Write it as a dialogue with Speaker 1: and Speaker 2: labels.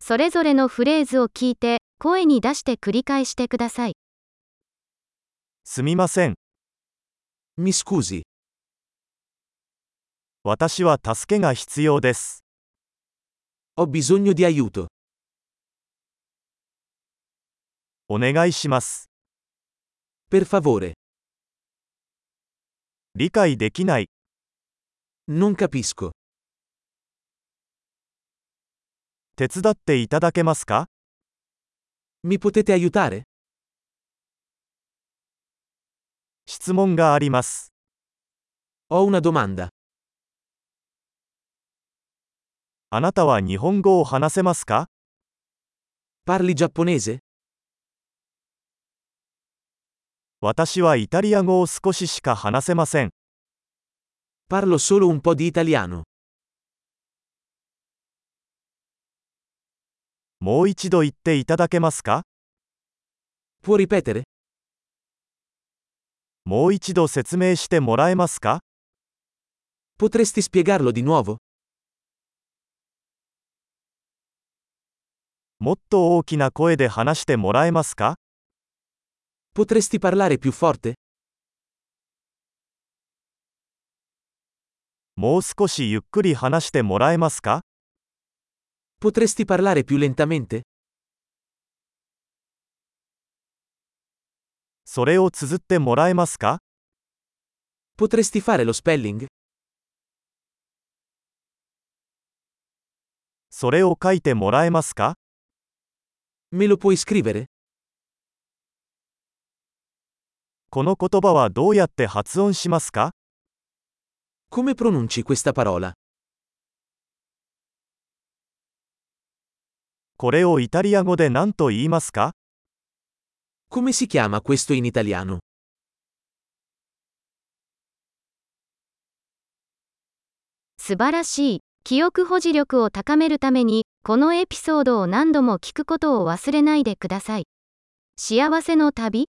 Speaker 1: それぞれのフレーズを聞いて、声に出して繰り返してください。
Speaker 2: すみません。
Speaker 3: Mi scusi,
Speaker 2: 私は助けが必要です。
Speaker 3: ho bisogno di aiuto.
Speaker 2: お願いします。
Speaker 3: Per favore.
Speaker 2: 理解できない。
Speaker 3: Non capisco.
Speaker 2: 手伝っていただけますか
Speaker 3: Mi potete aiutare?
Speaker 2: 質問があります。
Speaker 3: Ho una domanda.
Speaker 2: あなたは日本語を話せますか
Speaker 3: Parli giapponese?
Speaker 2: 私はイタリア語を少ししか話せません。
Speaker 3: Parlo solo un po' di italiano.
Speaker 2: もう一度言っていただけますか
Speaker 3: Può ripetere?
Speaker 2: もう一度説明してもらえますか
Speaker 3: Potresti spiegarlo di nuovo?
Speaker 2: もっと大きな声で話してもらえますか
Speaker 3: Potresti parlare più forte?
Speaker 2: もう少しゆっくり話してもらえますか
Speaker 3: Potresti parlare più lentamente?
Speaker 2: それを綴ってもらえますか
Speaker 3: Potresti fare lo spelling?
Speaker 2: それを書いてもらえますか
Speaker 3: Me lo puoi scrivere?
Speaker 2: この言葉はどうやって発音しますか
Speaker 3: Come pronunci questa parola?
Speaker 2: これをイタリア語で何と言いますか
Speaker 3: Come si chiama questo in italiano?
Speaker 1: 素晴らしい。記憶保持力を高めるために、このエピソードを何度も聞くことを忘れないでください。幸せの旅